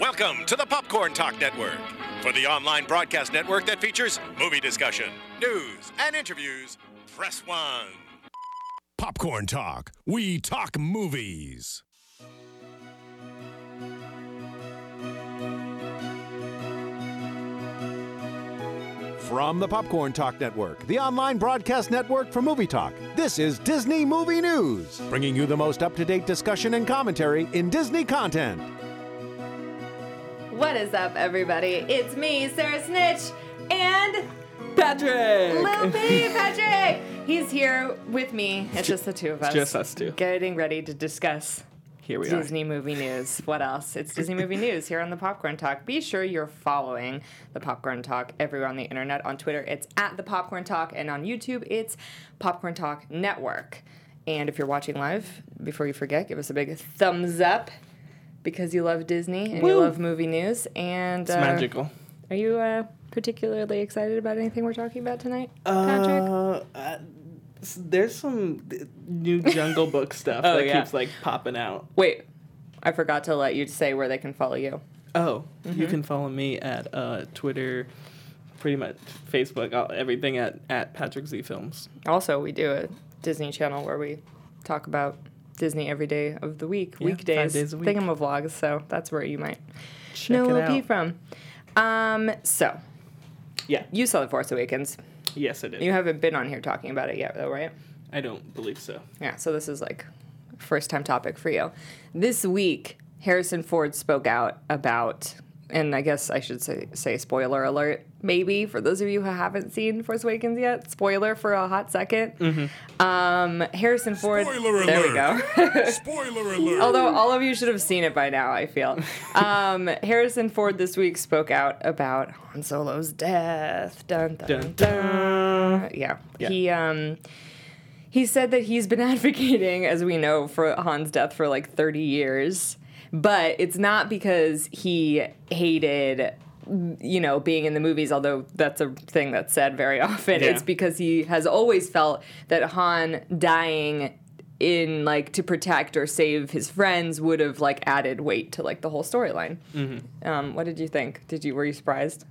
Welcome to the Popcorn Talk Network, for the online broadcast network that features movie discussion, news, and interviews. Press one. Popcorn Talk. We talk movies. From the Popcorn Talk Network, the online broadcast network for movie talk, this is Disney Movie News, bringing you the most up to date discussion and commentary in Disney content. What is up, everybody? It's me, Sarah Snitch, and Patrick! Lil P, Patrick. He's here with me. It's just the two of us. Just us two. Getting ready to discuss Here we are. Disney movie news. What else? It's Disney movie news here on the Popcorn Talk. Be sure you're following the Popcorn Talk everywhere on the internet. On Twitter, it's at the Popcorn Talk, and on YouTube, it's Popcorn Talk Network. And if you're watching live, before you forget, give us a big thumbs up because you love Disney and you Woo. love movie news. And It's uh, magical. Are you uh, particularly excited about anything we're talking about tonight, Uh, Patrick? There's some th- new Jungle Book stuff Oh, that yeah. keeps like popping out. Wait, I forgot to let you say where they can follow you. Oh, you can follow me at uh, Twitter, pretty much Facebook, all, everything at, at Patrick Z Films. Also, we do a Disney channel where we talk about Disney every day of the week, Yeah, weekdays, five days a week. thingamavlogs. So that's where you might Check know it Lil out. P from. Um, so yeah. you saw The Force Awakens. Yes, I did. You haven't been on here talking about it yet, though, right? I don't believe so. Yeah. So this is like first time topic for you. This week, Harrison Ford spoke out about. And I guess I should say, say spoiler alert, maybe for those of you who haven't seen Force Awakens yet. Spoiler for a hot 2nd Um, Harrison Ford. Spoiler there we go. alert. Spoiler alert. Although all of you should have seen it by now, I feel. Um, Harrison Ford this week spoke out about Han Solo's death. Dun, dun, Dun, dun, Yeah. Yeah. He um, he said that he's been advocating, as we know, for Han's death for like 30 years, but it's not because he hated. You know, being in the movies, although that's a thing that's said very often, Yeah. it's because he has always felt that Han dying in like to protect or save his friends would have like added weight to like the whole storyline. Um, what did you think? Did you were you surprised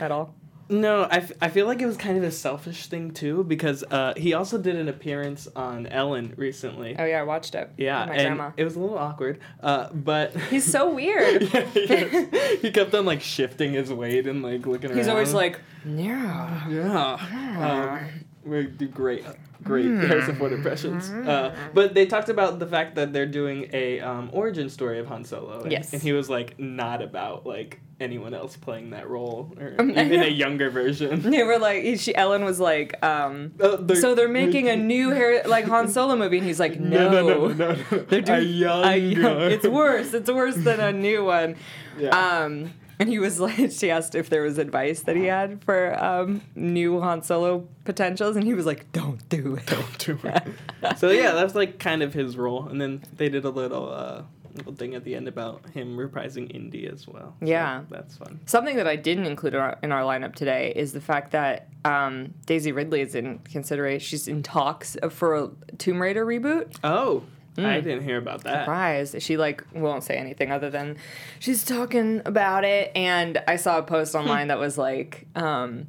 at all? No, I, f- I feel like it was kind of a selfish thing too because uh, he also did an appearance on Ellen recently. Oh yeah, I watched it. yeah, with my and grandma. it was a little awkward, uh, but He's so weird. Yes. he kept on like shifting his weight and like looking around. He's always like, yeah. yeah. Um, we do great, great Harrison Ford impressions. Uh, but they talked about the fact that they're doing a um, origin story of Han Solo. And, Yes. and he was like not about like anyone else playing that role or even a younger version. They were like, he- she, Ellen was like, um, Uh, they're- so they're making a new hair like Han Solo movie, and he's like, no, no, no, no, no, no. they're doing a young. a young- it's worse. It's worse than a new one. Yeah. Um, and he was like, she asked if there was advice that he had for um, new Han Solo potentials, and he was like, don't do it. Don't do it. so yeah, that's like kind of his role, and then they did a little uh, little thing at the end about him reprising Indy as well. So Yeah. that's fun. Something that I didn't include in our, in our lineup today is the fact that um, Daisy Ridley is in consideration. She's in talks for a Tomb Raider reboot. Oh, Mm. I didn't hear about that. surprised. She like won't say anything other than she's talking about it. And I saw a post Hmm. online that was like, um,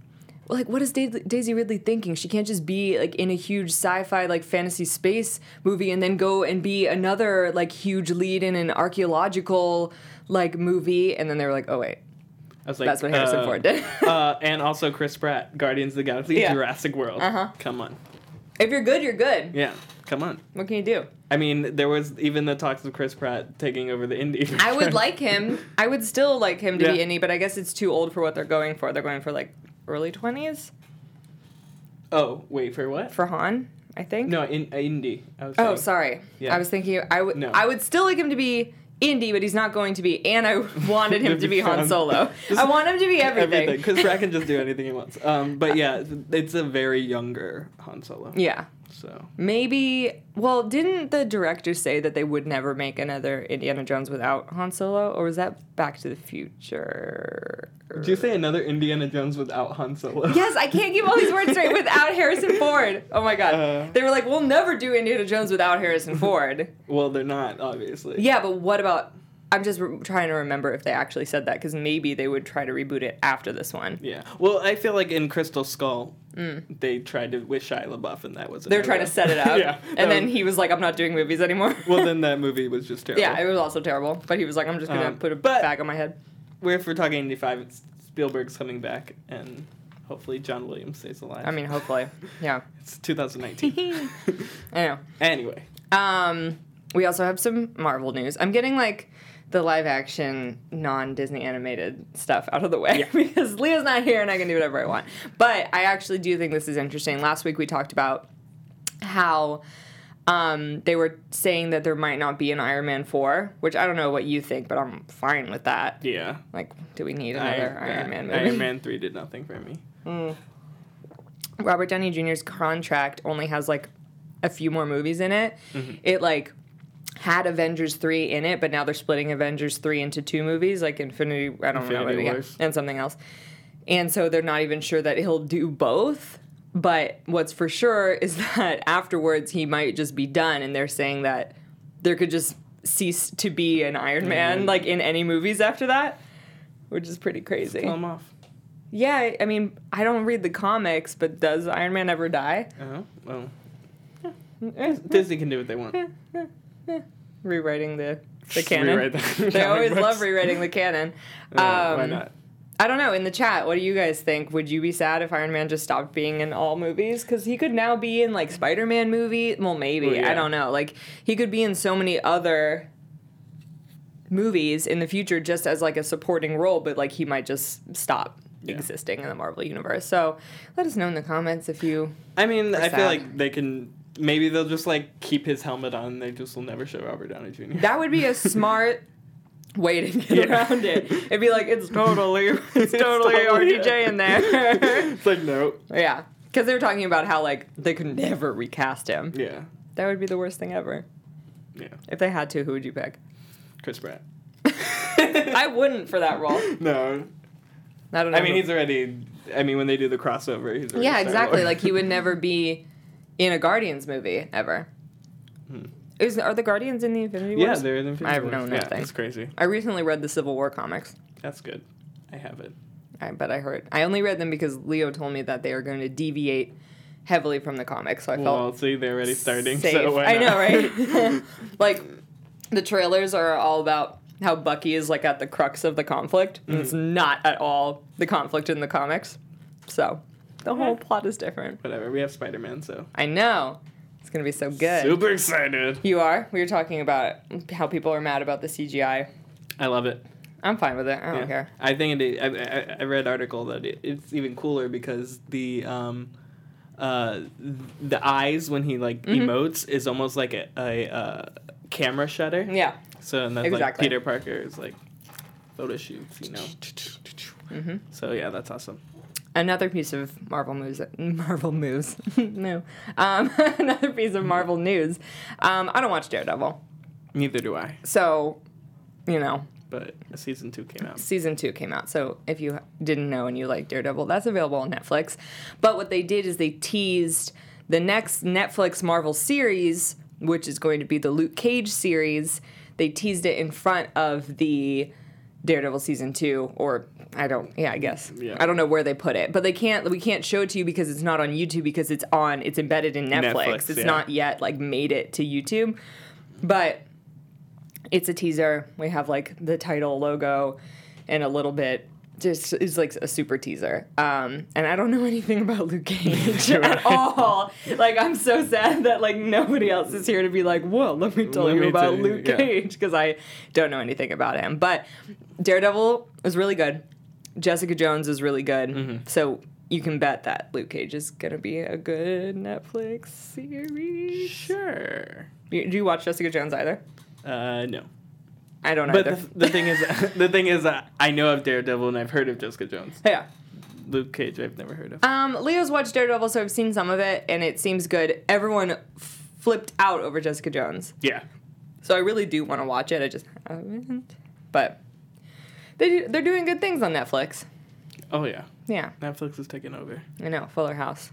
like what is Dais- Daisy Ridley thinking? She can't just be like in a huge sci-fi like fantasy space movie and then go and be another like huge lead in an archaeological like movie. And then they were like, oh wait, I was like, that's what Harrison uh, Ford did. uh, and also Chris Pratt, Guardians of the Galaxy, Yeah. Uh-huh. Jurassic World. Come on, if you're good, you're good. yeah, come on. What can you do? I mean, there was even the talks of Chris Pratt taking over the Indy. I would like him. I would still like him to be Yeah. any, but I guess it's too old for what they're going for. They're going for like early twenties. Oh, wait for what? for Han, I think. No, in uh, Indy. I was Oh, saying. sorry. Yeah. I was thinking I would No. I would still like him to be indie, but he's not going to be. And I wanted him to be Han Um, Solo. just I want him to be everything. Everything, because Pratt can just do anything he wants. Um, but yeah, it's a very younger Han Solo. Yeah. So Maybe. Well, didn't the director say that they would never make another Indiana Jones without Han Solo, or was that Back to the Future? Did you say another Indiana Jones without Han Solo? Yes, I can't keep all these words straight without Harrison Ford. Oh my god. Uh. they were like, we'll never do Indiana Jones without Harrison Ford. Well, they're not obviously. Yeah, but what about I'm just re- trying to remember if they actually said that because maybe they would try to reboot it after this one. Yeah. Well, I feel like in Crystal Skull, they tried to with Shia LaBeouf, and that was They're Mm. trying to set it up, Yeah, that and then was- he was like, "I'm not doing movies anymore." Well, then that movie was just terrible. yeah, it was also terrible. But he was like, "I'm just gonna Um, put a but- bag on my head." Where if we're talking eighty five, it's Spielberg's coming back, and hopefully John Williams stays alive. I mean, hopefully, yeah. it's two thousand nineteen. Anyway, anyway, um, we also have some Marvel news. I'm getting like the live action non Disney animated stuff out of the way because Leah's not here and I can do whatever I want. But I actually do think this is interesting. Last week we talked about how um, they were saying that there might not be an Iron Man 4, which I don't know what you think, but I'm fine with that. yeah. Like, do we need I- another Iron, yeah, Man movie? Iron Man three did nothing for me. Robert Downey Jr.'s contract only has like a few more movies in it. Mm-hmm. It like had Avengers 3 in it, but now they're splitting Avengers 3 into two movies, like Infinity, I don't know, Infinity yeah, Wars. and something else. And so they're not even sure that he'll do both. But what's for sure is that afterwards he might just be done, and they're saying that there could just cease to be an Mm-hmm. Iron Man like in any movies after that, which is pretty crazy. Blow 'em off. Yeah, I- I mean, I don't read the comics, but does Iron Man ever die? Uh-huh. Well, Disney can do what they want. Rewriting the the Just canon. rewrite the they comic always books. love rewriting the canon. Um, Uh, why not? I don't know. In the chat, what do you guys think? Would you be sad if Iron Man just stopped being in all movies? Because he could now be in like Spider Man movie. Well, maybe Well, yeah. I don't know. Like he could be in so many other movies in the future, just as like a supporting role. But like he might just stop Yeah. existing in the Marvel universe. So let us know in the comments if you I mean, I sad. feel like they can. Maybe they'll just like keep his helmet on. They just will never show Robert Downey Jr. That would be a smart way to get Yeah. around it. It'd be like it's totally, it's totally, totally- RDJ in there. it's like no. yeah, because they were talking about how like they could never recast him. Yeah. That would be the worst thing ever. Yeah. If they had to, who would you pick? Chris Pratt. I wouldn't for that role. No. I don't know. I mean, who- he's already. I mean, when they do the crossover, he's already yeah, exactly. Star-Lord. Like he would never be in a Guardians movie ever. Is are the Guardians in the Infinity Hmm. yeah, Wars? they're in Infinity I have Wars. known yeah, that thing. That's crazy. I recently read the Civil War comics. That's good. I have it. I bet I heard. I only read them because Leo told me that they are going to deviate heavily from the comics, so I Well, felt see, they're already starting. safe. So why I know, not? right? like the trailers are all about how Bucky is like at the crux of the conflict, Mm-hmm. and it's not at all the conflict in the comics. So the whole plot is different. Whatever. We have Spider Man, so I know it's going to be so good. super excited. You are. We were talking about how people are mad about the CGI. I love it. I'm fine with it. I don't Yeah. care. I think it. I, I, I read an article that it, it's even cooler because the um, uh, the eyes when he like Mm-hmm. emotes is almost like a, a uh, camera shutter. Yeah. So and that's like Exactly. Peter Parker is like photo shoots, you know. Mm-hmm. So yeah, that's awesome. another piece of Marvel moves. Marvel moves. no, um, another piece of Marvel news. Um, I don't watch Daredevil, Neither do I, so you know, but season two came out. season two came out. So if you didn't know and you like Daredevil, that's available on Netflix. But what they did is they teased the next Netflix Marvel series, which is going to be the Luke Cage series. They teased it in front of the Daredevil season two, or I don't, yeah, I guess Yeah. I don't know where they put it, but they can't. We can't show it to you because it's not on YouTube because it's on. It's embedded in Netflix. Netflix, it's yeah. not yet like made it to YouTube, but it's a teaser. We have like the title, logo, and a little bit. Just is like a super teaser. Um, and I don't know anything about Luke Cage at all. Like I'm so sad that like nobody else is here to be like, whoa, let me tell Let you me about tell you," Luke yeah. Cage because I don't know anything about him. But Daredevil is really good. Jessica Jones is really good. Mm-hmm. So you can bet that Luke Cage is gonna be a good Netflix series. Sure. You- Do you watch Jessica Jones either? Uh, no. I don't But either. the, the thing is, the thing is, uh, I know of Daredevil and I've heard of Jessica Jones. yeah. Luke Cage, I've never heard of. Um, Leo's watched Daredevil, so I've seen some of it, and it seems good. Everyone f- flipped out over Jessica Jones, yeah. so I really do want to watch it. I just haven't, but they do, they're doing good things on Netflix. Oh yeah. Yeah, Netflix is taking over. I know Fuller House.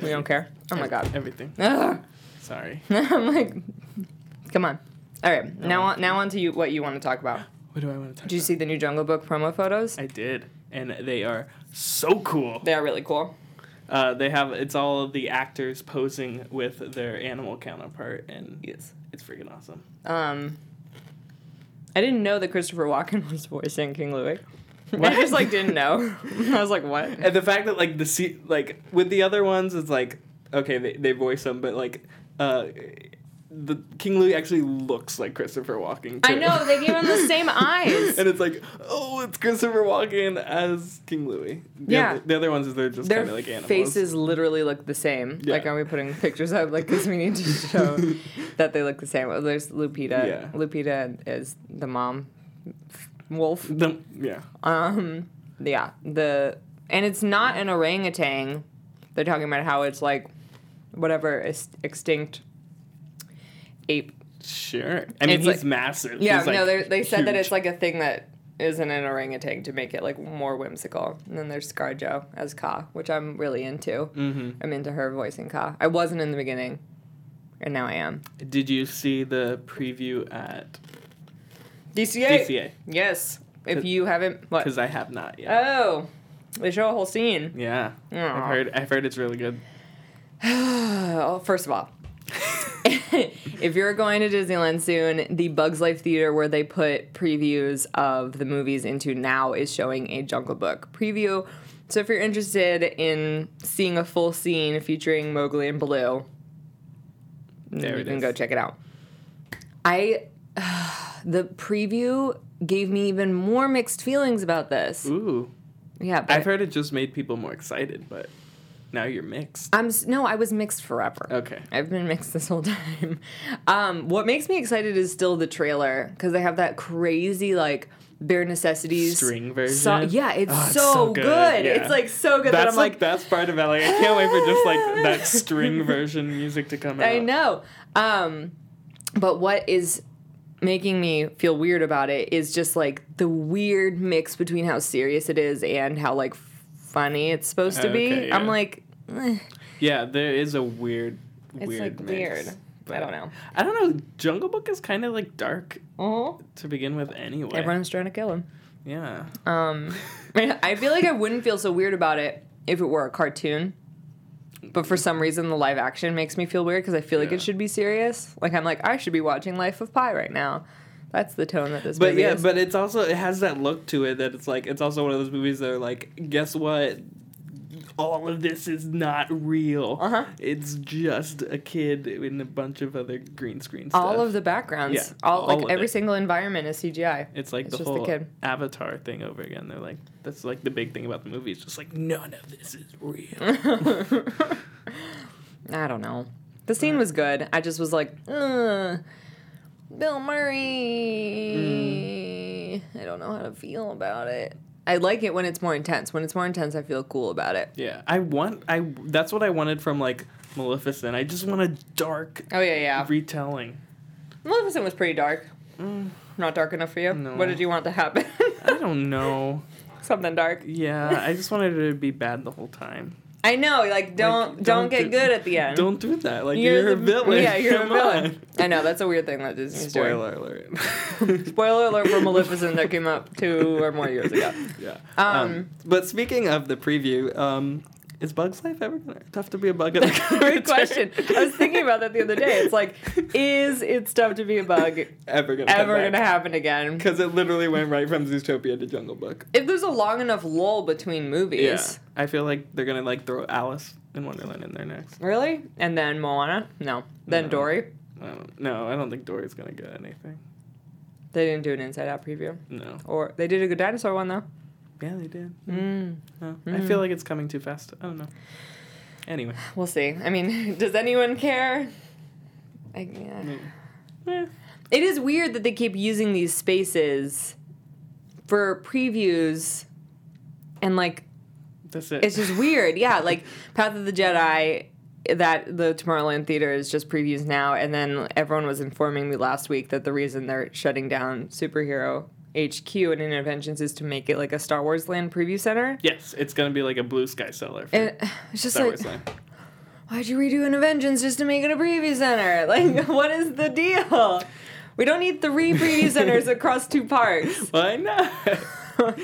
We don't care. Oh my god. Everything. Ugh. Sorry. I'm like, come on, All right, now on, now on to you. What you want to talk about? What do I want to talk Did you about? see the new Jungle Book promo photos? I did, and they are so cool. They are really cool. Uh, they have it's all of the actors posing with their animal counterpart, and yes, it's freaking awesome. Um, I didn't know that Christopher Walken was voicing King Louis. I just like didn't know. I was like, what? And the fact that like the se- like with the other ones, it's like okay, they, they voice them, but like uh, the King Louis actually looks like Christopher Walken. I too. know they gave him the same eyes. and it's like, oh, it's Christopher Walken as King Louis. The Yeah. Other, the other ones is they're just Their kind of like animals. faces literally look the same. Yeah. Like, are we putting pictures up like this? We need to show that they look the same. Well, There's Lupita. Yeah. Lupita is the mom wolf. Um, The, yeah. Yeah, the and it's not an orangutan. They're talking about how it's like whatever is extinct ape. Sure. I mean, It's he's like- massive. Yeah, He's, like, no, they're- they said that huge. it's like a thing that isn't an orangutan to make it like more whimsical. And then there's ScarJo as Ka, which I'm really into. Mm-hmm. I'm into her voicing Ka. I wasn't in the beginning, and now I am. Did you see the preview at DCA. DCA? Yes. If Cause- you haven't, what? Because I have not yet. Oh, they show a whole scene. yeah. Aw. I've heard. I've heard it's really good. Well, Oh, first of all, if you're going to Disneyland soon, the Bugs Life Theater, where they put previews of the movies into now, is showing a Jungle Book preview. So if you're interested in seeing a full scene featuring Mowgli and Baloo, There you it can is. go check it out. I the preview gave me even more mixed feelings about this. Ooh. Yeah, but I've heard it just made people more excited, but now you're mixed. I'm s- no, I was mixed forever. Okay. I've been mixed this whole time. Um, what makes me excited is still the trailer because they have that crazy like bare necessities String version. So- yeah, it's, Oh, so, good. yeah. It's like so good that That's I'm like, like, that's part of it. Like I can't wait for just like that string version music to come out. I know. Um, but what is making me feel weird about it is just like the weird mix between how serious it is and how like funny it's supposed to be. Okay, I'm yeah. like, eh, Yeah, there is a weird, it's weird. like mix, weird. I but- don't know. I don't know. Jungle Book is kind of like dark Oh, to begin with, anyway. everyone's trying to kill him. yeah. I feel like I wouldn't feel so weird about it if it were a cartoon. But for some reason, the live action makes me feel weird because I feel like Yeah. it should be serious. Like I'm like I should be watching Life of Pi right now. That's the tone that this But movie yeah, is. but it's also it has that look to it that it's like it's also one of those movies that are like, guess what? All of this is not real. Uh-huh. It's just a kid in a bunch of other green screen stuff. all of the backgrounds, Yeah, all, all like of every it. single environment is CGI. it's like it's the just the whole kid. Avatar thing over again. They're like, that's like the big thing about the movie. It's just like none of this is real. I don't know. The scene was good. I just was like, Ugh, Bill Mm. Murray. I don't know how to feel about it. I like it when it's more intense. When it's more intense, I feel cool about it. yeah, I want. I that's what I wanted from like Maleficent. I just want a dark Oh yeah, yeah. retelling. Maleficent was pretty dark. Not dark enough for you. Mm. No. What did you want to happen? I don't know. Something dark. Yeah, I just wanted it to be bad the whole time. I know. Like don't Like, don't, don't get do- good at the end. Don't do that. Like You're you're, a the- villain. yeah, you're a Come villain. on. I know that's a weird thing that Disney's doing. Spoiler alert. Spoiler alert for Maleficent that came up two or more years ago. yeah. Um, but speaking of the preview, um, is Bug's life ever gonna tough to be a bug? At the Good question. I was thinking about that the other day. It's like, is it's tough to be a bug ever gonna ever gonna happen again? Because it literally went right from Zootopia to Jungle Book. If there's a long enough lull between movies, I feel like they're gonna like throw Alice in Wonderland in there next. really, and then Moana, no, then No. Dory. I don't, no, I don't think Dory's gonna get anything. They didn't do an Inside Out preview, No. or they did a Good Dinosaur one though. Yeah, they did. No, Hmm. I feel like it's coming too fast. I don't know. Anyway. We'll see. I mean, does anyone care? I, yeah. Eh. It is weird that they keep using these spaces for previews, and like That's it. it's just weird. Yeah, like Path of the Jedi. That the Tomorrowland Theater is just previews now, and then everyone was informing me last week that the reason they're shutting down superhero HQ and Interventions is to make it like a Star Wars Land preview center. yes, it's gonna be like a blue sky seller. For And it's just Star like, Wars Land. why'd you redo Interventions just to make it a preview center? Like, what is the deal? We don't need three preview centers across two parks. Why not?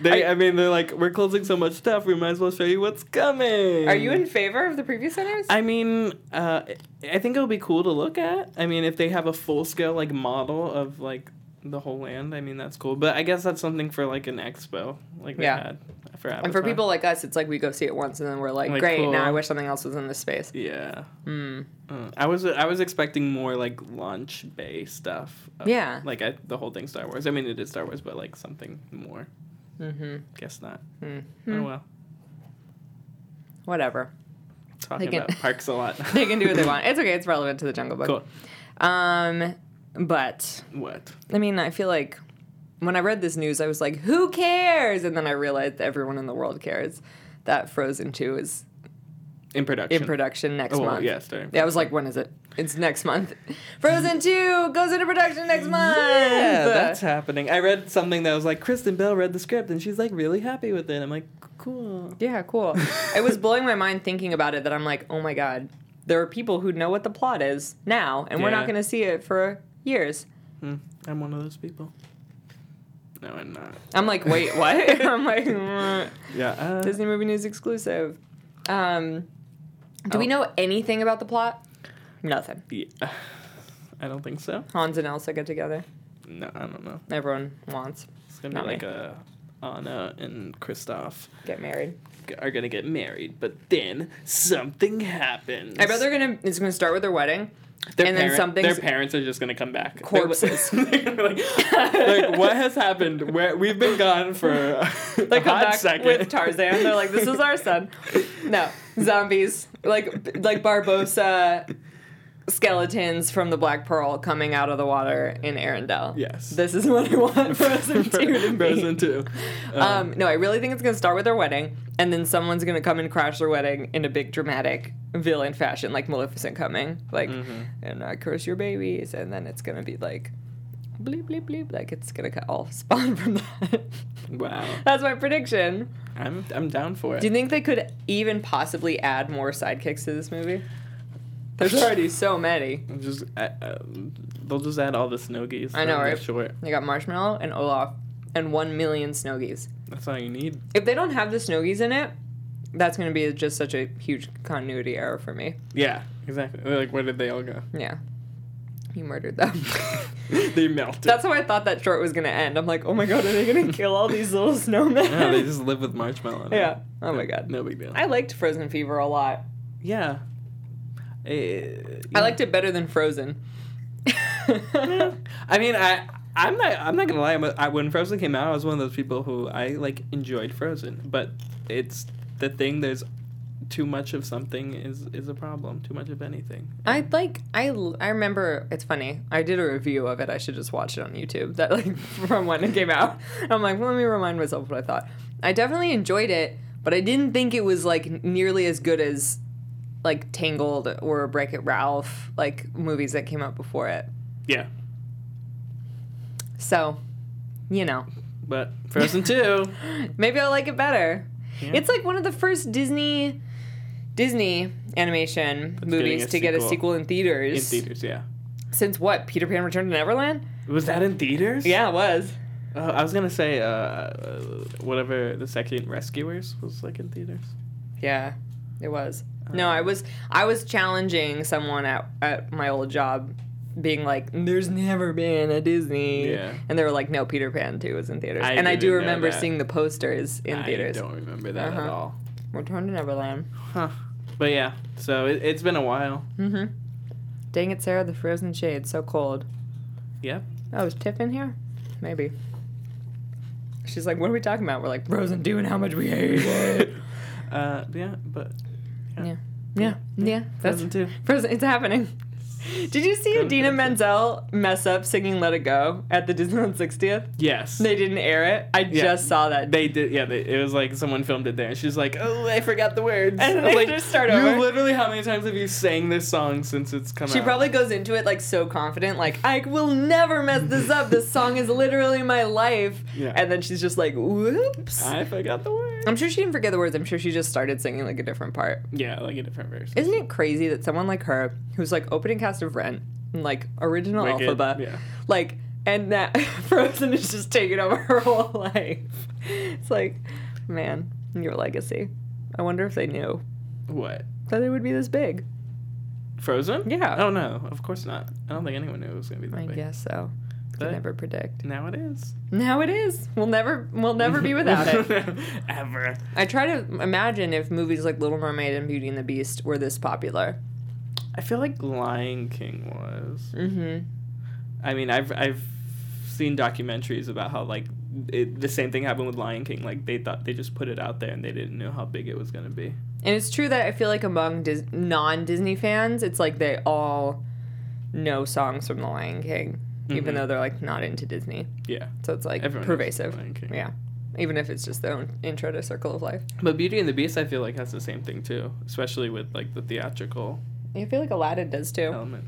they, I mean, they're like, we're closing so much stuff. We might as well show you what's coming. Are you in favor of the preview centers? Mm. I mean, uh, I think it would be cool to look at. I mean, if they have a full scale like model of like the whole land, I mean that's cool. But I guess that's something for like an expo, like they Yeah. had for Avatar. and for people like us, it's like we go see it once and then we're like, Like, great, cool. now I wish something else was in this space. yeah, Hmm. Uh, I was I was expecting more like launch bay stuff. Uh, Yeah. like I, the whole thing Star Wars. I mean, it is Star Wars, but like something more. Mm-hmm. Guess not. Oh well, Whatever. talking They can- about parks a lot. They can do what they want. It's okay. It's relevant to the Jungle Book. cool. Um, but What? I mean, I feel like when I read this news, I was like, who cares? And then I realized that everyone in the world cares that Frozen 2 is In production. in production next Oh, well, month. yeah, starting. Yeah, I was like, when is it? It's next month. Frozen 2 goes into production next month. Yeah, that's happening. I read something that was like Kristen Bell read the script and she's like really happy with it. I'm like, cool. Yeah, cool. it was blowing my mind thinking about it that I'm like, oh my god, there are people who know what the plot is now, and we're Yeah. not going to see it for years. I'm one of those people. No, I'm not. I'm like, wait, what? I'm like, mm, Yeah. Uh, Disney movie news exclusive. Um, do Oh. we know anything about the plot? Nothing. yeah. I don't think so. Hans and Elsa get together. No, I don't know. Everyone wants It's gonna Not be me. like a Anna and Kristoff get married. g- are gonna get married, but then something happens. I bet they're gonna. It's gonna start with their wedding. Their and then parent- something's- Their parents are just gonna come back. They're Corpses. like, like, what has happened? Where we've been gone for a They come hot back second. with Tarzan. They're like, "This is our son." No, zombies like like Barbosa skeletons from the Black Pearl coming out of the water in Arendelle. Yes. this is what I want Frozen Two to be. Frozen two. Um, no, I really think it's gonna start with their wedding, and then someone's gonna come and crash their wedding in a big dramatic villain fashion, like Maleficent coming, like, Mm-hmm. and I curse your babies, and then it's gonna be like, bleep bleep bleep, like it's gonna cut all spawn from that. Wow, That's my prediction. I'm I'm down for it. Do you think they could even possibly add more sidekicks to this movie? There's already so many. I'm just I, uh, they'll just add all the snowgies. I know, from the right? Short. They got Marshmallow and Olaf and one million Snowgies. That's all you need. If they don't have the Snowgies in it, that's going to be just such a huge continuity error for me. Yeah, exactly. Like, where did they all go? Yeah. You murdered them. they melted. that's how I thought that short was going to end. I'm like, oh my god, are they going to kill all these little snowmen? yeah, they just live with marshmallow. now. Yeah. Oh my god. No big deal. I liked Frozen Fever a lot. yeah. Uh, I liked it better than Frozen. I mean, I I'm not I'm not gonna lie. But I, when Frozen came out, I was one of those people who I like enjoyed Frozen, but it's the thing. There's too much of something is is a problem. Too much of anything. I like I l- I remember it's funny. I did a review of it. I should just watch it on YouTube. That like from when it came out. I'm like, let me remind myself what I thought. I definitely enjoyed it, but I didn't think it was like nearly as good as like Tangled or Break It Ralph, like movies that came out before it. Yeah, So, you know, but Frozen two. maybe I'll like it better. It's like one of the first Disney Disney animation movies getting a to get a sequel. sequel in theaters. In theaters, yeah. Since what? Peter Pan Return to Neverland? Was that in theaters? Yeah, it was. Uh, I was gonna say uh, uh, whatever the second Rescuers was like in theaters. Yeah, it was. No, Um, I was I was challenging someone at, at my old job, being like, "There's never been a Disney." Yeah. And they were like, "No, Peter Pan too was in theaters." I and I do didn't know remember that. seeing the posters in theaters. I don't remember that at Uh-huh. all. Return to Neverland. Huh. But yeah, so it, it's been a while. Mm-hmm. Dang it, Sarah! The frozen shade, so cold. Yep. Oh, is Tiff in here? Maybe. She's like, "What are we talking about?" We're like, "Frozen doing how much we hate it." Uh, yeah, but yeah. Yeah, yeah, that's Frozen two. Frozen, it's happening. Did you see Adina Frozen. Menzel mess up singing "Let It Go" at the Disneyland 60th? Yes. They didn't air it. I just saw that. They did, yeah. They, it was like someone filmed it there, and she's like, "Oh, I forgot the words." And I'm they like, just start you over. Literally, how many times have you sang this song since it's come she out? probably goes into it like so confident, like I will never mess this up. This song is literally my life. Yeah. And then she's just like, "Whoops." I forgot the words. I'm sure she didn't forget the words. I'm sure she just started singing like a different part. Yeah, like a different version. Isn't it crazy that someone like her, who's like opening cast of Rent, like original Wicked, Elphaba. yeah. Like and that Frozen is just taking over her whole life. It's like, man, your legacy. I wonder if they knew What? that it would be this big. Frozen? Yeah. Oh no, of course not. I don't think anyone knew it was gonna be that I big. guess so. Could But- never predict. Now it is. Now it is. We'll never we'll never be without it. Ever. I try to imagine if movies like Little Mermaid and Beauty and the Beast were this popular. I feel like Lion King was. Mm-hmm. I mean, I've I've seen documentaries about how like it, the same thing happened with Lion King. Like they thought they just put it out there and they didn't know how big it was gonna be. And it's true that I feel like among Dis- non Disney fans, it's like they all know songs from The Lion King, even though they're like not into Disney. Yeah. So it's like Everyone knows pervasive. Lion King. Yeah. Even if it's just their own intro to Circle of Life. But Beauty and the Beast, I feel like has the same thing too, especially with like the theatrical I feel like Aladdin does too. element.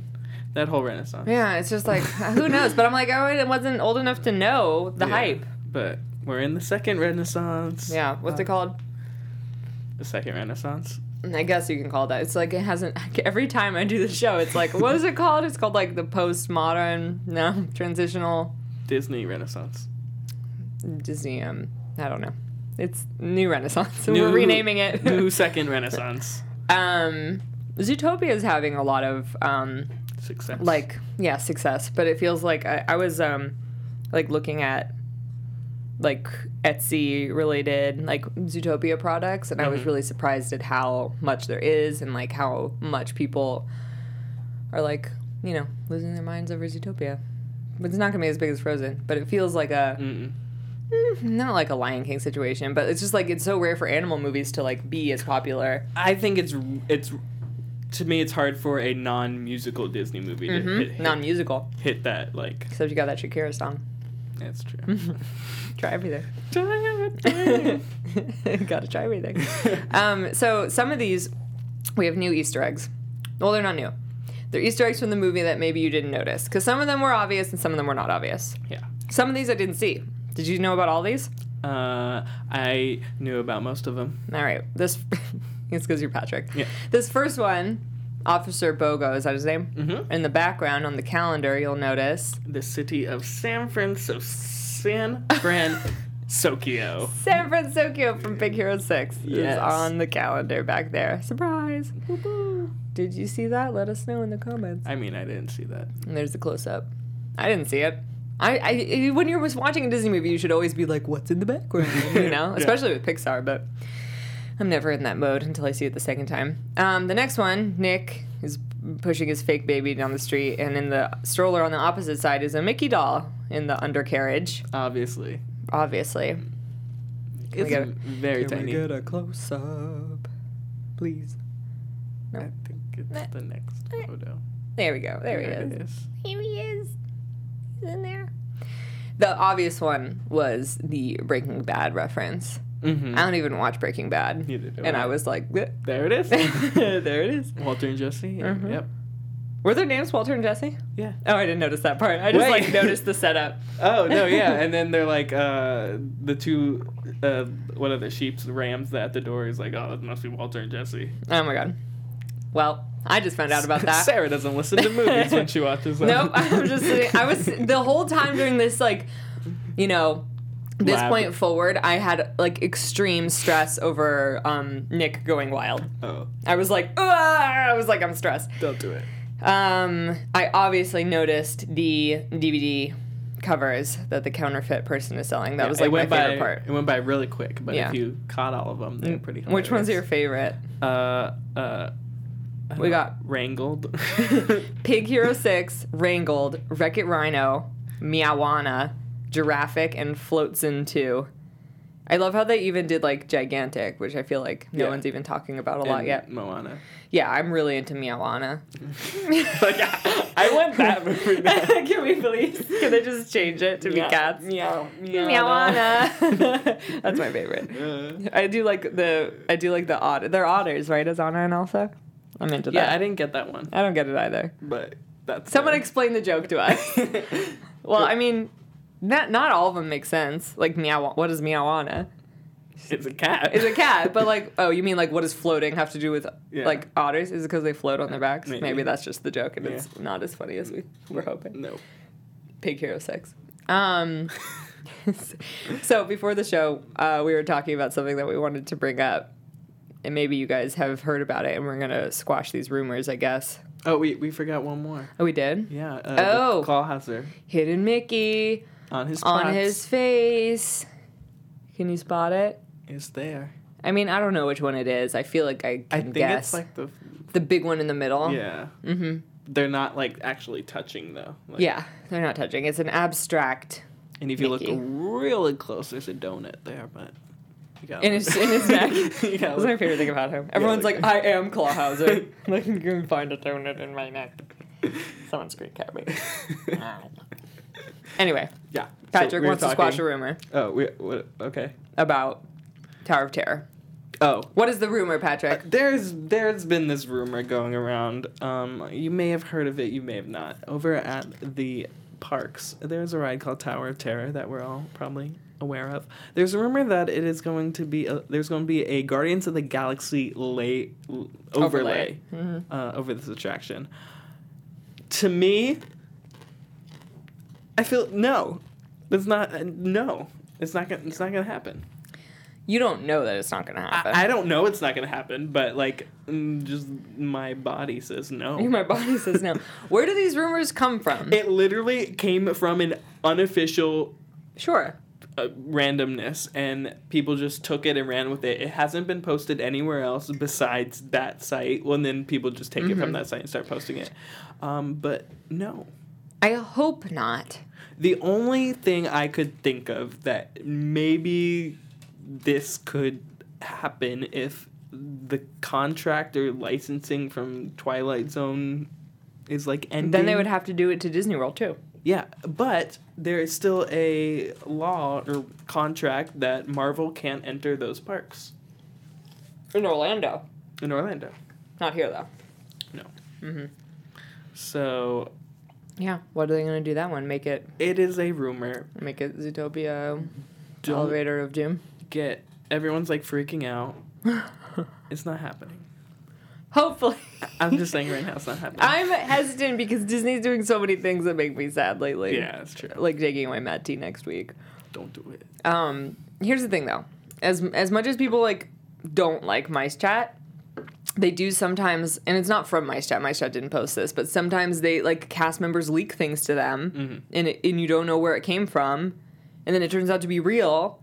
That whole Renaissance. Yeah, it's just like, who knows? But I'm like, oh, I wasn't old enough to know the Yeah. hype. But we're in the second Renaissance. Yeah, what's it Uh-huh. called? The second Renaissance. I guess you can call it that. It's like it hasn't. Every time I do the show, it's like, what is it called? It's called like the postmodern, no, transitional Disney Renaissance. Disney. Um, I don't know. It's new Renaissance. New- We're renaming it. New second Renaissance. um, Zootopia is having a lot of um, Success. like yeah success, but it feels like I, I was um, like looking at like Etsy related like Zootopia products, and I was really surprised at how much there is and like how much people are like you know losing their minds over Zootopia. But it's not gonna be as big as Frozen, but it feels like a Mm-mm. not like a Lion King situation, but it's just like it's so rare for animal movies to like be as popular. I think it's it's to me it's hard for a non-musical Disney movie to Mm-hmm. hit, hit, Non-musical, hit that like except you got that Shakira song. that's true. Try everything. Diamond. Mm. Gotta try everything. um, so some of these, we have new Easter eggs. Well, they're not new. They're Easter eggs from the movie that maybe you didn't notice, because some of them were obvious and some of them were not obvious. yeah. Some of these I didn't see. Did you know about all these? Uh, I knew about most of them. All right. This it's because you're Patrick. Yeah. This first one, Officer Bogo, is that his name? Mm-hmm. In the background on the calendar, you'll notice The city of San Francisco. San Fran. Sokio. San Francisco from Big Hero Six is Yes. on the calendar back there. Surprise! Did you see that? Let us know in the comments. I mean, I didn't see that. And there's the close up. I didn't see it. I, I when you're watching a Disney movie, you should always be like, "What's in the background?" You know, especially with Pixar. But I'm never in that mode until I see it the second time. Um, the next one, Nick is pushing his fake baby down the street, and in the stroller on the opposite side is a Mickey doll in the undercarriage, Obviously, obviously. it's get a- very tiny. a close up, please? I think it's the next photo. There we go. There he is. it is. Here he is. He's in there. The obvious one was the Breaking Bad reference. Mhm. I don't even watch Breaking Bad. Neither do and I. I was like, "Bleh." There it is. there it is. Walter and Jesse. Mm-hmm. Yep. Were their names Walter and Jesse? Yeah. Oh, I didn't notice that part. I just Wait. like noticed the setup. Oh no, yeah, and then they're like uh, the two, uh, what are the sheep's rams that at the door is like, oh, it must be Walter and Jesse. Oh my god. Well, I just found out about that. Sarah doesn't listen to movies when she watches them. Nope, I'm just sitting. I was the whole time during this, like, you know, this Lab. point forward, I had like extreme stress over um, Nick going wild. oh, I was like, "Ah!" I was like, I'm stressed. don't do it. Um, I obviously noticed the DVD covers that the counterfeit person is selling. That was like it my went favorite by, part. It went by really quick, but Yeah. Mm. if you caught all of them, they're pretty. Hilarious. Which one's your favorite? Uh, uh, We got wrangled. Pig Hero 6, Wrangled, Wreck It Rhino, Meowana, Giraffic, and Floatsin 2. I love how they even did like Gigantic, which I feel like no Yeah. one's even talking about a lot and yet. Moana. Yeah, I'm really into Meowana. Like I, I want that movie. Now. Can we please? Can they just change it to be cats? Meow. Meow. Meowana. That's my favorite. I do like the I do like the otter. They're otters, right? As Anna and Elsa. I'm into Yeah, I that. didn't get that one, I, don't get it either. but that's Someone explain the joke to us. well, I mean, not not all of them make sense. Like meow. What is meowana? It's a cat. It's a cat, but like, oh, you mean like what does floating have to do with Yeah. like otters? Is it because they float on their backs? Maybe. Maybe, that's just the joke, and it's not as funny as we were hoping. no. Pig hero sex. Um, so before the show, uh, we were talking about something that we wanted to bring up, and maybe you guys have heard about it, and we're gonna squash these rumors, I guess. Oh, we we forgot one more. Oh, we did. Yeah. Uh, Oh. Clawhauser Hidden Mickey on his on tracks his face. Can you spot it? is there. I mean, I don't know which one it is. I feel like I can I think guess. Oh. it's like the the big one in the middle. yeah. Mm-hmm. They're not like actually touching though. Like, Yeah, they're not touching. It's an abstract. And if you Mickey. look really close, there's a donut there, but you got In his, in his neck. You gotta That was my look. favorite thing about him. Everyone's like- like, I am Clawhauser. like, you can find a donut in my neck. Someone scream at me. anyway, yeah. So Patrick we were wants to squash a talking- rumor Oh, we what, okay. about Tower of Terror. Oh, What is the rumor, Patrick? Uh, there's there's been this rumor going around. Um, you may have heard of it, you may have not. Over at the parks, there's a ride called Tower of Terror that we're all probably aware of. There's a rumor that it is going to be a, there's going to be a Guardians of the Galaxy lay l- overlay, Overlay. uh, over this attraction. To me, I feel no, that's not uh, no. It's not gonna. It's not gonna happen. you don't know that it's not going to happen. I, I don't know it's not gonna happen, but like, mm, just my body says no. my body says no. Where do these rumors come from? It literally came from an unofficial sure. uh, randomness, and people just took it and ran with it. It hasn't been posted anywhere else besides that site. Well, and then people just take it from that site and start posting it. Um, but no, I hope not. The only thing I could think of that maybe this could happen if the contract or licensing from Twilight Zone is like ending. Then they would have to do it to Disney World, too. Yeah, but there is still a law or contract that Marvel can't enter those parks In Orlando. in Orlando. Not here, though. No. Mm-hmm. So Yeah. What are they going to do that one? Make it it is a rumor. make it Zootopia Don't- elevator of doom. Get everyone's like freaking out. it's not happening. Hopefully, I'm just saying right now it's not happening. I'm hesitant because Disney's doing so many things that make me sad lately. Yeah, that's true. like taking away Matt T next week. Don't do it. Um, here's the thing though, as as much as people like don't like Mice Chat, they do sometimes, and it's not from Mice Chat. Mice Chat didn't post this, but sometimes they like cast members leak things to them, and it, and you don't know where it came from, and then it turns out to be real.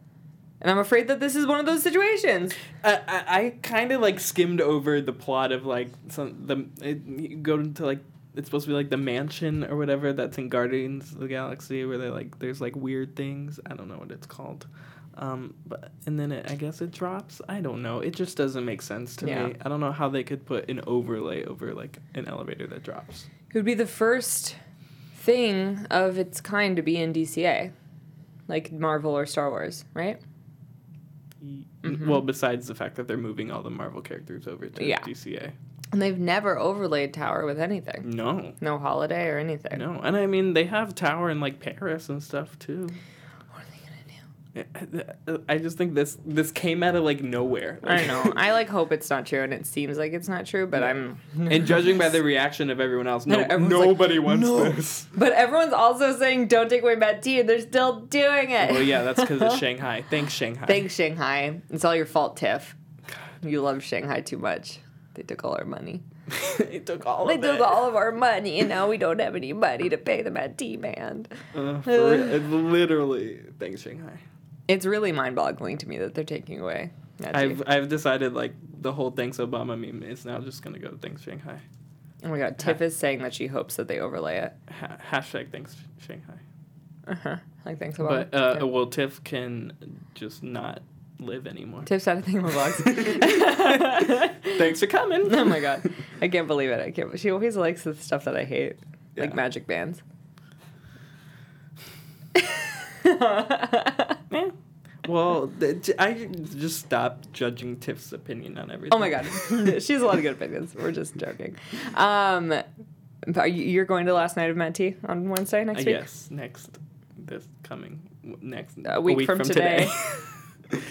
And I'm afraid that this is one of those situations. I, I, I kind of like skimmed over the plot of like some the it, you go into like it's supposed to be like the mansion or whatever that's in Guardians of the Galaxy where they like there's like weird things. I don't know what it's called. Um, but and then it, I guess it drops. I don't know. It just doesn't make sense to Yeah. me. I don't know how they could put an overlay over like an elevator that drops. It would be the first thing of its kind to be in DCA, like Marvel or Star Wars, right? Mm-hmm. Well, besides the fact that they're moving all the Marvel characters over to Yeah. DCA. And they've never overlaid Tower with anything. No. No holiday or anything. No, and I mean they have tower in like Paris and stuff too. What are they gonna I- I just think this this came out of like nowhere. do? I don't know. I like hope it's not true, and it seems like it's not true, but I'm. and judging by the reaction of everyone else, no, No, everyone's like, nobody wants "No." this. But everyone's also saying don't take away Matt T, and they're still doing it. Well, yeah, that's because of Shanghai. Thanks, Shanghai. Thanks, Shanghai. It's all your fault, Tiff. You love Shanghai too much. They took all our money. it took all They of took it. all of our money, and now we don't have any money to pay the Matt T man. Uh, for real. It literally, thanks, Shanghai. It's really mind boggling to me that they're taking away. Matt T. I've I've decided like the whole thanks Obama meme is now just gonna go thanks Shanghai. oh my god, Tiff is saying that she hopes that they overlay it. Uh-huh. Ha- hashtag thanks Shanghai. Like, thanks a lot. But uh, well, Tiff can just not live anymore. Tiff's out of Thingamabobs. Thanks for coming. Oh my god, I can't believe it. I can't. She always likes the stuff that I hate, Yeah. like magic bands. Yeah. Well, th- j- I just stopped judging Tiff's opinion on everything. Oh my god, she has a lot of good opinions. We're just joking. Um, but are you, you're going to last night of Matt T on Wednesday next Uh, week. yes, next this coming w- next A week, from, today.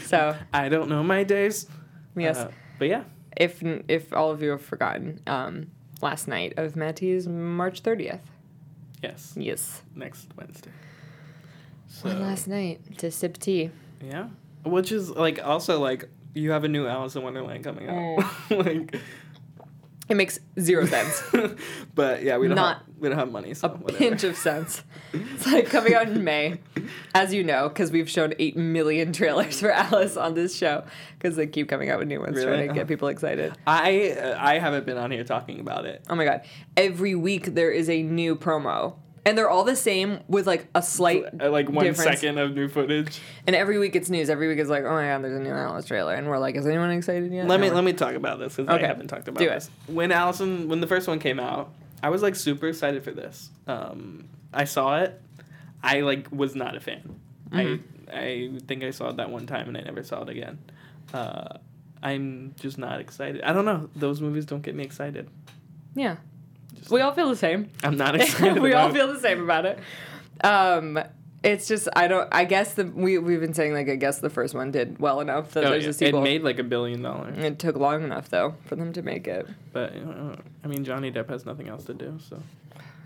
So I don't know my days. yes, Uh, but yeah, if if all of you have forgotten, um, last night of Matty's March thirtieth. yes, Yes, next Wednesday. So one last night to sip tea. yeah, which is like also like you have a new Alice in Wonderland coming out, like. Mm. It makes zero sense. but yeah, we don't Not have, we don't have money, so a whatever. pinch of sense. It's like coming out in May, as you know, because we've shown eight million trailers for Alice on this show, because they keep coming out with new ones Really? Uh-huh. trying to get people excited. I uh, I haven't been on here talking about it. Oh my god! Every week there is a new promo, and they're all the same with like a slight Uh, like one second difference. of new footage. And every week it's news. Every week it's like, oh my god, there's a new Alice trailer, and we're like, is anyone excited yet? Let No me one- let me talk about this because Okay. I haven't talked about Do it. this. When Allison, when the first one came out, I was like super excited for this. Um, I saw it. I like was not a fan. Mm-hmm. I I think I saw it that one time and I never saw it again. Uh, I'm just not excited. I don't know. Those movies don't get me excited. Yeah, we all feel the same. I'm not excited. we all about it. feel the same about it. Um, it's just I don't. I guess the we we've been saying like I guess the first one did well enough that Oh, there's yeah. a sequel. It made like a billion dollars. It took long enough though for them to make it, But uh, I mean, Johnny Depp has nothing else to do, so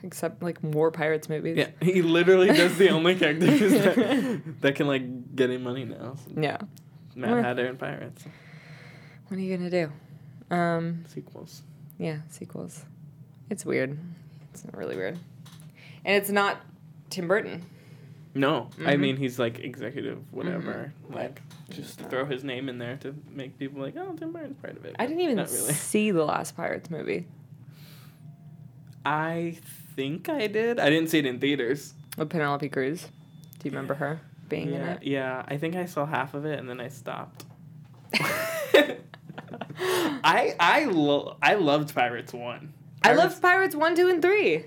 except like more pirates movies. yeah, he literally does the only character who's that, that can like get him money now. Yeah. Mad Hatter and Pirates What are you gonna do? Um, sequels. Yeah, sequels. It's weird. It's not really weird. And it's not Tim Burton. No, Mm-hmm. Mm-hmm. I mean he's like executive whatever, like just to throw his name in there to make people like, oh, Tim Burton's part of it. I but didn't even not really. see the last Pirates movie. I think I did. I didn't see it in theaters. With Penelope Cruz. Do you remember her being in Yeah, it? yeah. I think I saw half of it and then I stopped. I I lo- I loved Pirates One. I Pirates love Pirates 1, 2, and 3.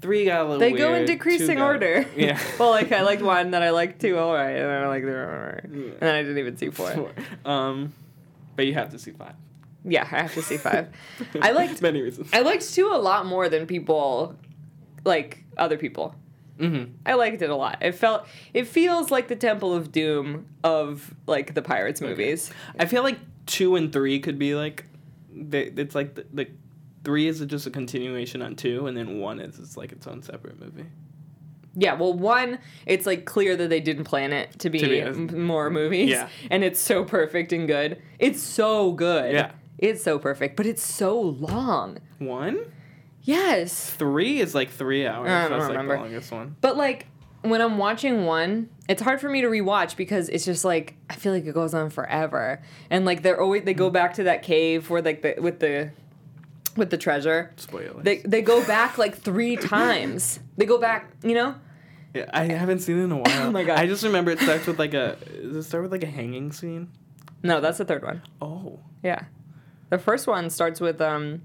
Three got a little. They go in weird, two decreasing got- order. Yeah. well, like, I liked one, then I liked two, all right, and then I liked three, all right. Yeah. And then I didn't even see four. Four. Um, but you have to see five. Yeah, I have to see five. I liked many reasons. I liked two a lot more than people, like other people. Mhm. I liked it a lot. It felt it feels like the Temple of Doom of like the Pirates movies. I feel like two and three could be like, they, it's like the, the three is just a continuation on two, and then one is it's like its own separate movie. Yeah, well, one it's like clear that they didn't plan it to be, To be a- m- more movies. Yeah. and it's so perfect and good. It's so good. Yeah. it's so perfect, but it's so long. One, Yes, three is like three hours. I don't That's remember. like the longest one. but like. When I'm watching one, it's hard for me to rewatch because it's just like I feel like it goes on forever, and like they're always they go back to that cave where like the with the with the treasure. Spoilers. They they go back like three times. They go back, you know. yeah, I haven't seen it in a while. Oh my God. I just remember it starts with like a. Does it start with like a hanging scene? No, that's the third one. Oh. Yeah, the first one starts with um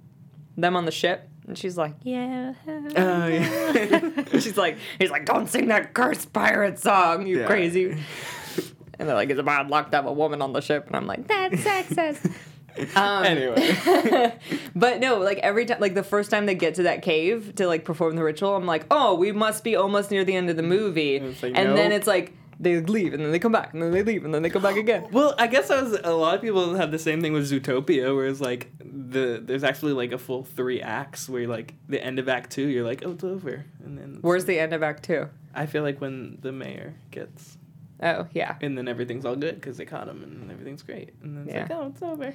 them on the ship, and she's like, yeah. Oh yeah. she's like, he's like, don't sing that cursed pirate song, you Yeah. crazy. And they're like, it's about luck to have a woman on the ship, and I'm like, that's sexist. Um. anyway. But no, like every time, like the first time they get to that cave to like perform the ritual, I'm like, oh, we must be almost near the end of the movie. And, it's like, then nope. it's like they leave, and then they come back, and then they leave, and then they come back again. Well, I guess I was a lot of people have the same thing with Zootopia, where it's like the there's actually like a full three acts where like the end of Act Two, you're like, oh, it's over, and then Where's the end of Act Two? I feel like when the mayor gets, Oh yeah, and then everything's all good because they caught him and everything's great, and then it's like, Yeah. oh, it's over.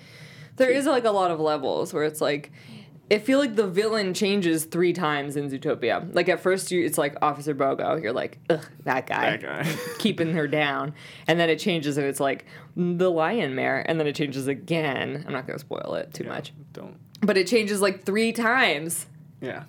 there is like a lot of levels where it's like, I feel like the villain changes three times in Zootopia. Like at first, you it's like Officer Bogo. You're like, ugh, that guy, That guy. keeping her down, and then it changes, and it's like the Lion Mare, and then it changes again. I'm not gonna spoil it too much, Don't. but it changes like three times. Yeah,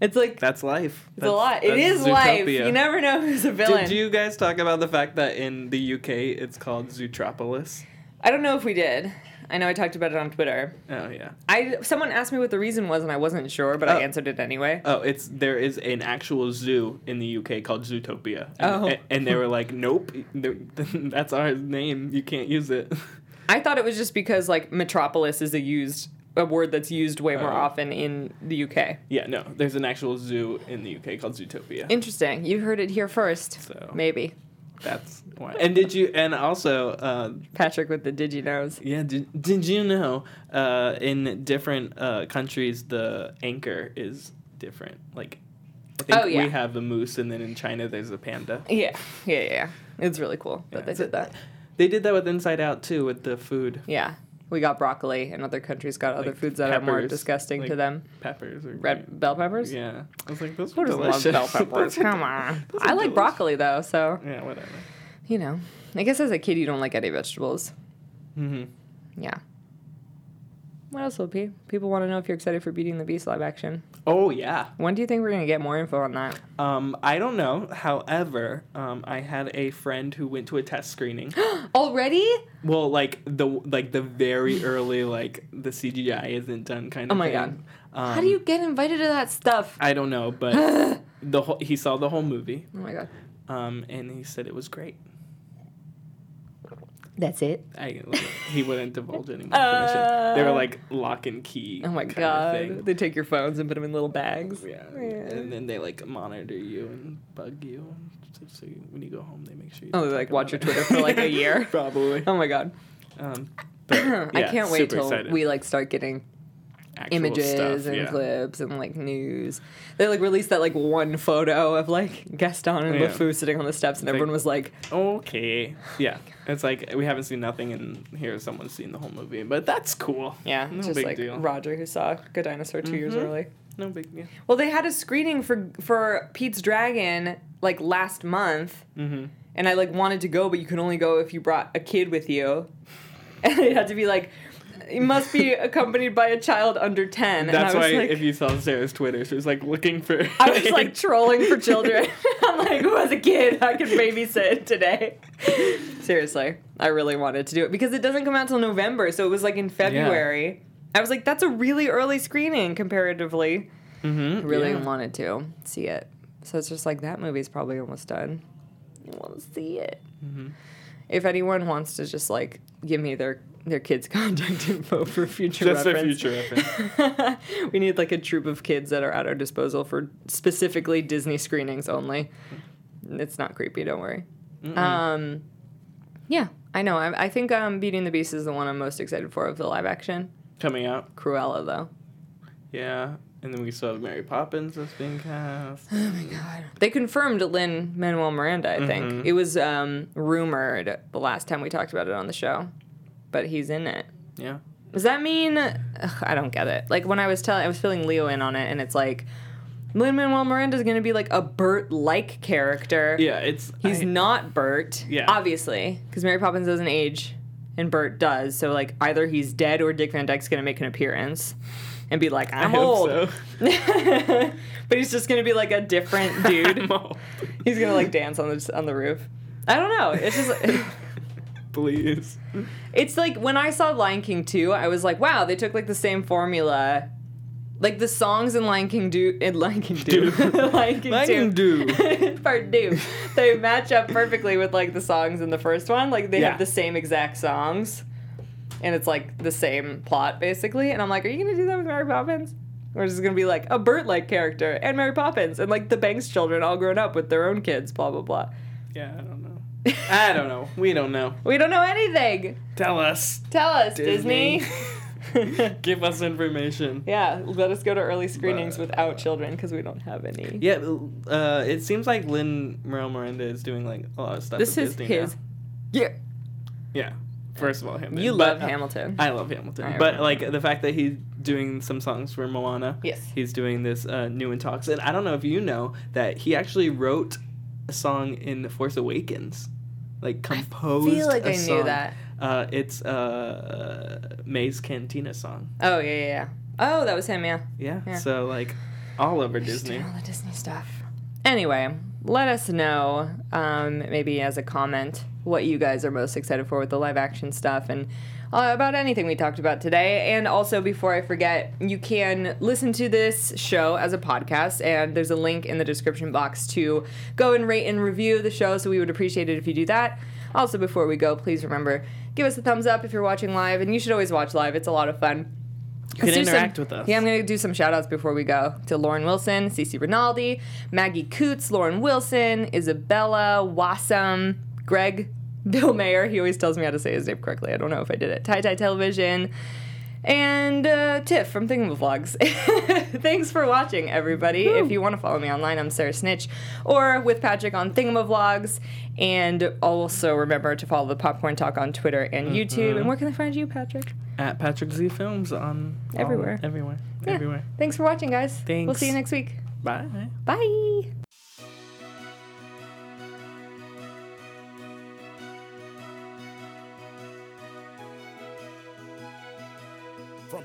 It's like that's life. it's a lot. It is life. You never know who's a villain. Did you guys talk about the fact that in the UK it's called Zootropolis? I don't know if we did. I know I talked about it on Twitter. Oh yeah. I someone asked me what the reason was, and I wasn't sure, but Oh. I answered it anyway. Oh, it's there is an actual zoo in the UK called Zootopia. And, Oh. and, they were like, nope, th- that's our name. You can't use it. I thought it was just because like metropolis is a used a word that's used way more Oh. often in the UK. Yeah, no, there's an actual zoo in the UK called Zootopia. Interesting. You heard it here first. So- Maybe. That's why. And did you? And also, uh, Patrick with the digi nose. yeah. Did, did you know? Uh, in different uh, countries, the anchor is different. Like, I think Oh, yeah. we have the moose, and then in China, there's the panda. Yeah, yeah, yeah. yeah. It's really cool that they did that. They did that with Inside Out too, with the food. Yeah, we got broccoli, and other countries got other like, foods that are more peppers, disgusting to like, them. Peppers or Red bell peppers. Yeah, I was like, those Who were doesn't love delicious. bell peppers? Those are Come del- on. those are I like delicious. broccoli though, so Yeah, whatever. you know. I guess as a kid, you don't like any vegetables. Mhm. Yeah. What else will be? People want to know if you're excited for Beating the Beast live action. Oh yeah. When do you think we're gonna get more info on that? Um, I don't know. However, um, I had a friend who went to a test screening. Already? well, like the like the very early like the CGI isn't done kind Oh of. my thing. Um, How do you get invited to that stuff? I don't know, but the whole, he saw the whole movie, Oh my god. um, and he said it was great. That's it. I, he wouldn't divulge any more information. They were like lock and key. Uh. Oh my kinda god. thing. They take your phones and put them in little bags. Yeah, and then they like monitor you and bug you. and So, so you, when you go home, they make sure. you Oh, don't they like talk watch your about Twitter it. for like a year. Probably. Oh my god. Um, but, I yeah, can't wait super till excited. we like start getting Actual images stuff, and yeah. clips and like news. They like released that like one photo of like Gaston and Oh, Yeah. LeFou sitting on the steps, and Like- everyone was like, Okay. Yeah, it's like we haven't seen nothing, and here someone's seen the whole movie, but that's cool. "Yeah, no just big like deal. Mm-hmm. Roger who saw Good Dinosaur 2 years early." no big deal. Well, they had a screening for for Pete's Dragon like last month, Mm-hmm. and I like wanted to go, but you could only go if you brought a kid with you, and it had to be like. It must be accompanied by a child under ten. That's and I why was like, if you saw Sarah's Twitter, she was like looking for. I was like trolling for children. I'm like, who has a kid I can babysit today? Seriously, I really wanted to do it because it doesn't come out till November, so it was like in February. I was like, that's a really early screening comparatively. Mm-hmm, really yeah. wanted to see it, so it's just like that movie's probably almost done. I want to see it. Mm-hmm. If anyone wants to just like give me their their kids' contact info for future just a reference, future reference. we need like a troop of kids that are at our disposal for specifically Disney screenings only. It's not creepy, don't worry. Um, yeah, I know. I, I think um, Beating the Beast is the one I'm most excited for of the live action. coming out. Cruella, though. Yeah, and then we still have Mary Poppins that's being cast. They confirmed Lynn Manuel Miranda, I think. It was um, rumored the last time we talked about it on the show, but he's in it. Yeah. Does that mean? Ugh, I don't get it. Like when I was telling, I was filling Leo in on it, and it's like, Lin Manuel Miranda is going to be like a Bert-like character. Yeah, it's he's I- not Bert. Yeah. obviously, because Mary Poppins doesn't age, and Bert does. So like either he's dead or Dick Van Dyke's going to make an appearance, and be like, I I'm hope old. so. but he's just going to be like a different dude. I'm old. he's going to like dance on the on the roof. I don't know. It's just. Please. It's like when I saw Lion King 2, I was like, wow, they took like the same formula. Like the songs in Lion King do in Lion King do Lion King I can 2 do. part do they match up perfectly with like the songs in the first one. Like they Yeah. have the same exact songs, and it's like the same plot basically. And I'm like, are you gonna do that with Mary Poppins? Or is it gonna be like a Bert-like character and Mary Poppins and like the Banks children all grown up with their own kids? Blah blah blah. Yeah, I don't know. Uh, I don't know. We don't know. We don't know anything. Tell us. Tell us, Disney. Give us information. Yeah, let us go to early screenings But- uh, without children because we don't have any. Yeah, uh, it seems like Lynn Manuel Miranda is doing like a lot of stuff. This with is Disney his. now. Yeah, Yeah. First of all, him. you But, love uh, Hamilton. I love Hamilton, I but remember. like the fact that he's doing some songs for Moana. Yes. he's doing this uh, new and talks, and I don't know if you know that he actually wrote a song in Force Awakens, like composed. feel like I a knew song. that. Uh, it's uh, May's Cantina song. oh yeah, yeah, yeah. Oh, that was him. Yeah. Yeah. Yeah. So like, all over Disney. Doing all the Disney stuff. Anyway, let us know, um, maybe as a comment, what you guys are most excited for with the live action stuff and uh, about anything we talked about today. And also, before I forget, you can listen to this show as a podcast, and there's a link in the description box to go and rate and review the show. So we would appreciate it if you do that. Also, before we go, please remember give us a thumbs up if you're watching live, and you should always watch live, it's a lot of fun. You can Let's do some- interact with us. Yeah, I'm going to do some shout outs before we go to Lauren Wilson, Cece Rinaldi, Maggie Coots, Lauren Wilson, Isabella, Wassam, Greg, Bill Mayer. He always tells me how to say his name correctly. I don't know if I did it. Tie Tie Television, and uh, Tiff from Thingamavlogs. Thanks for watching, everybody. If you want to follow me online, I'm Sarah Snitch, or with Patrick on Thingamavlogs. And also remember to follow the Popcorn Talk on Twitter and Mm-hmm. YouTube. And where can they find you, Patrick? At Patrick Z Films on all- Everywhere. everywhere. Yeah. Everywhere. Thanks for watching, guys. We'll Thanks. see you next week. Bye. Bye. From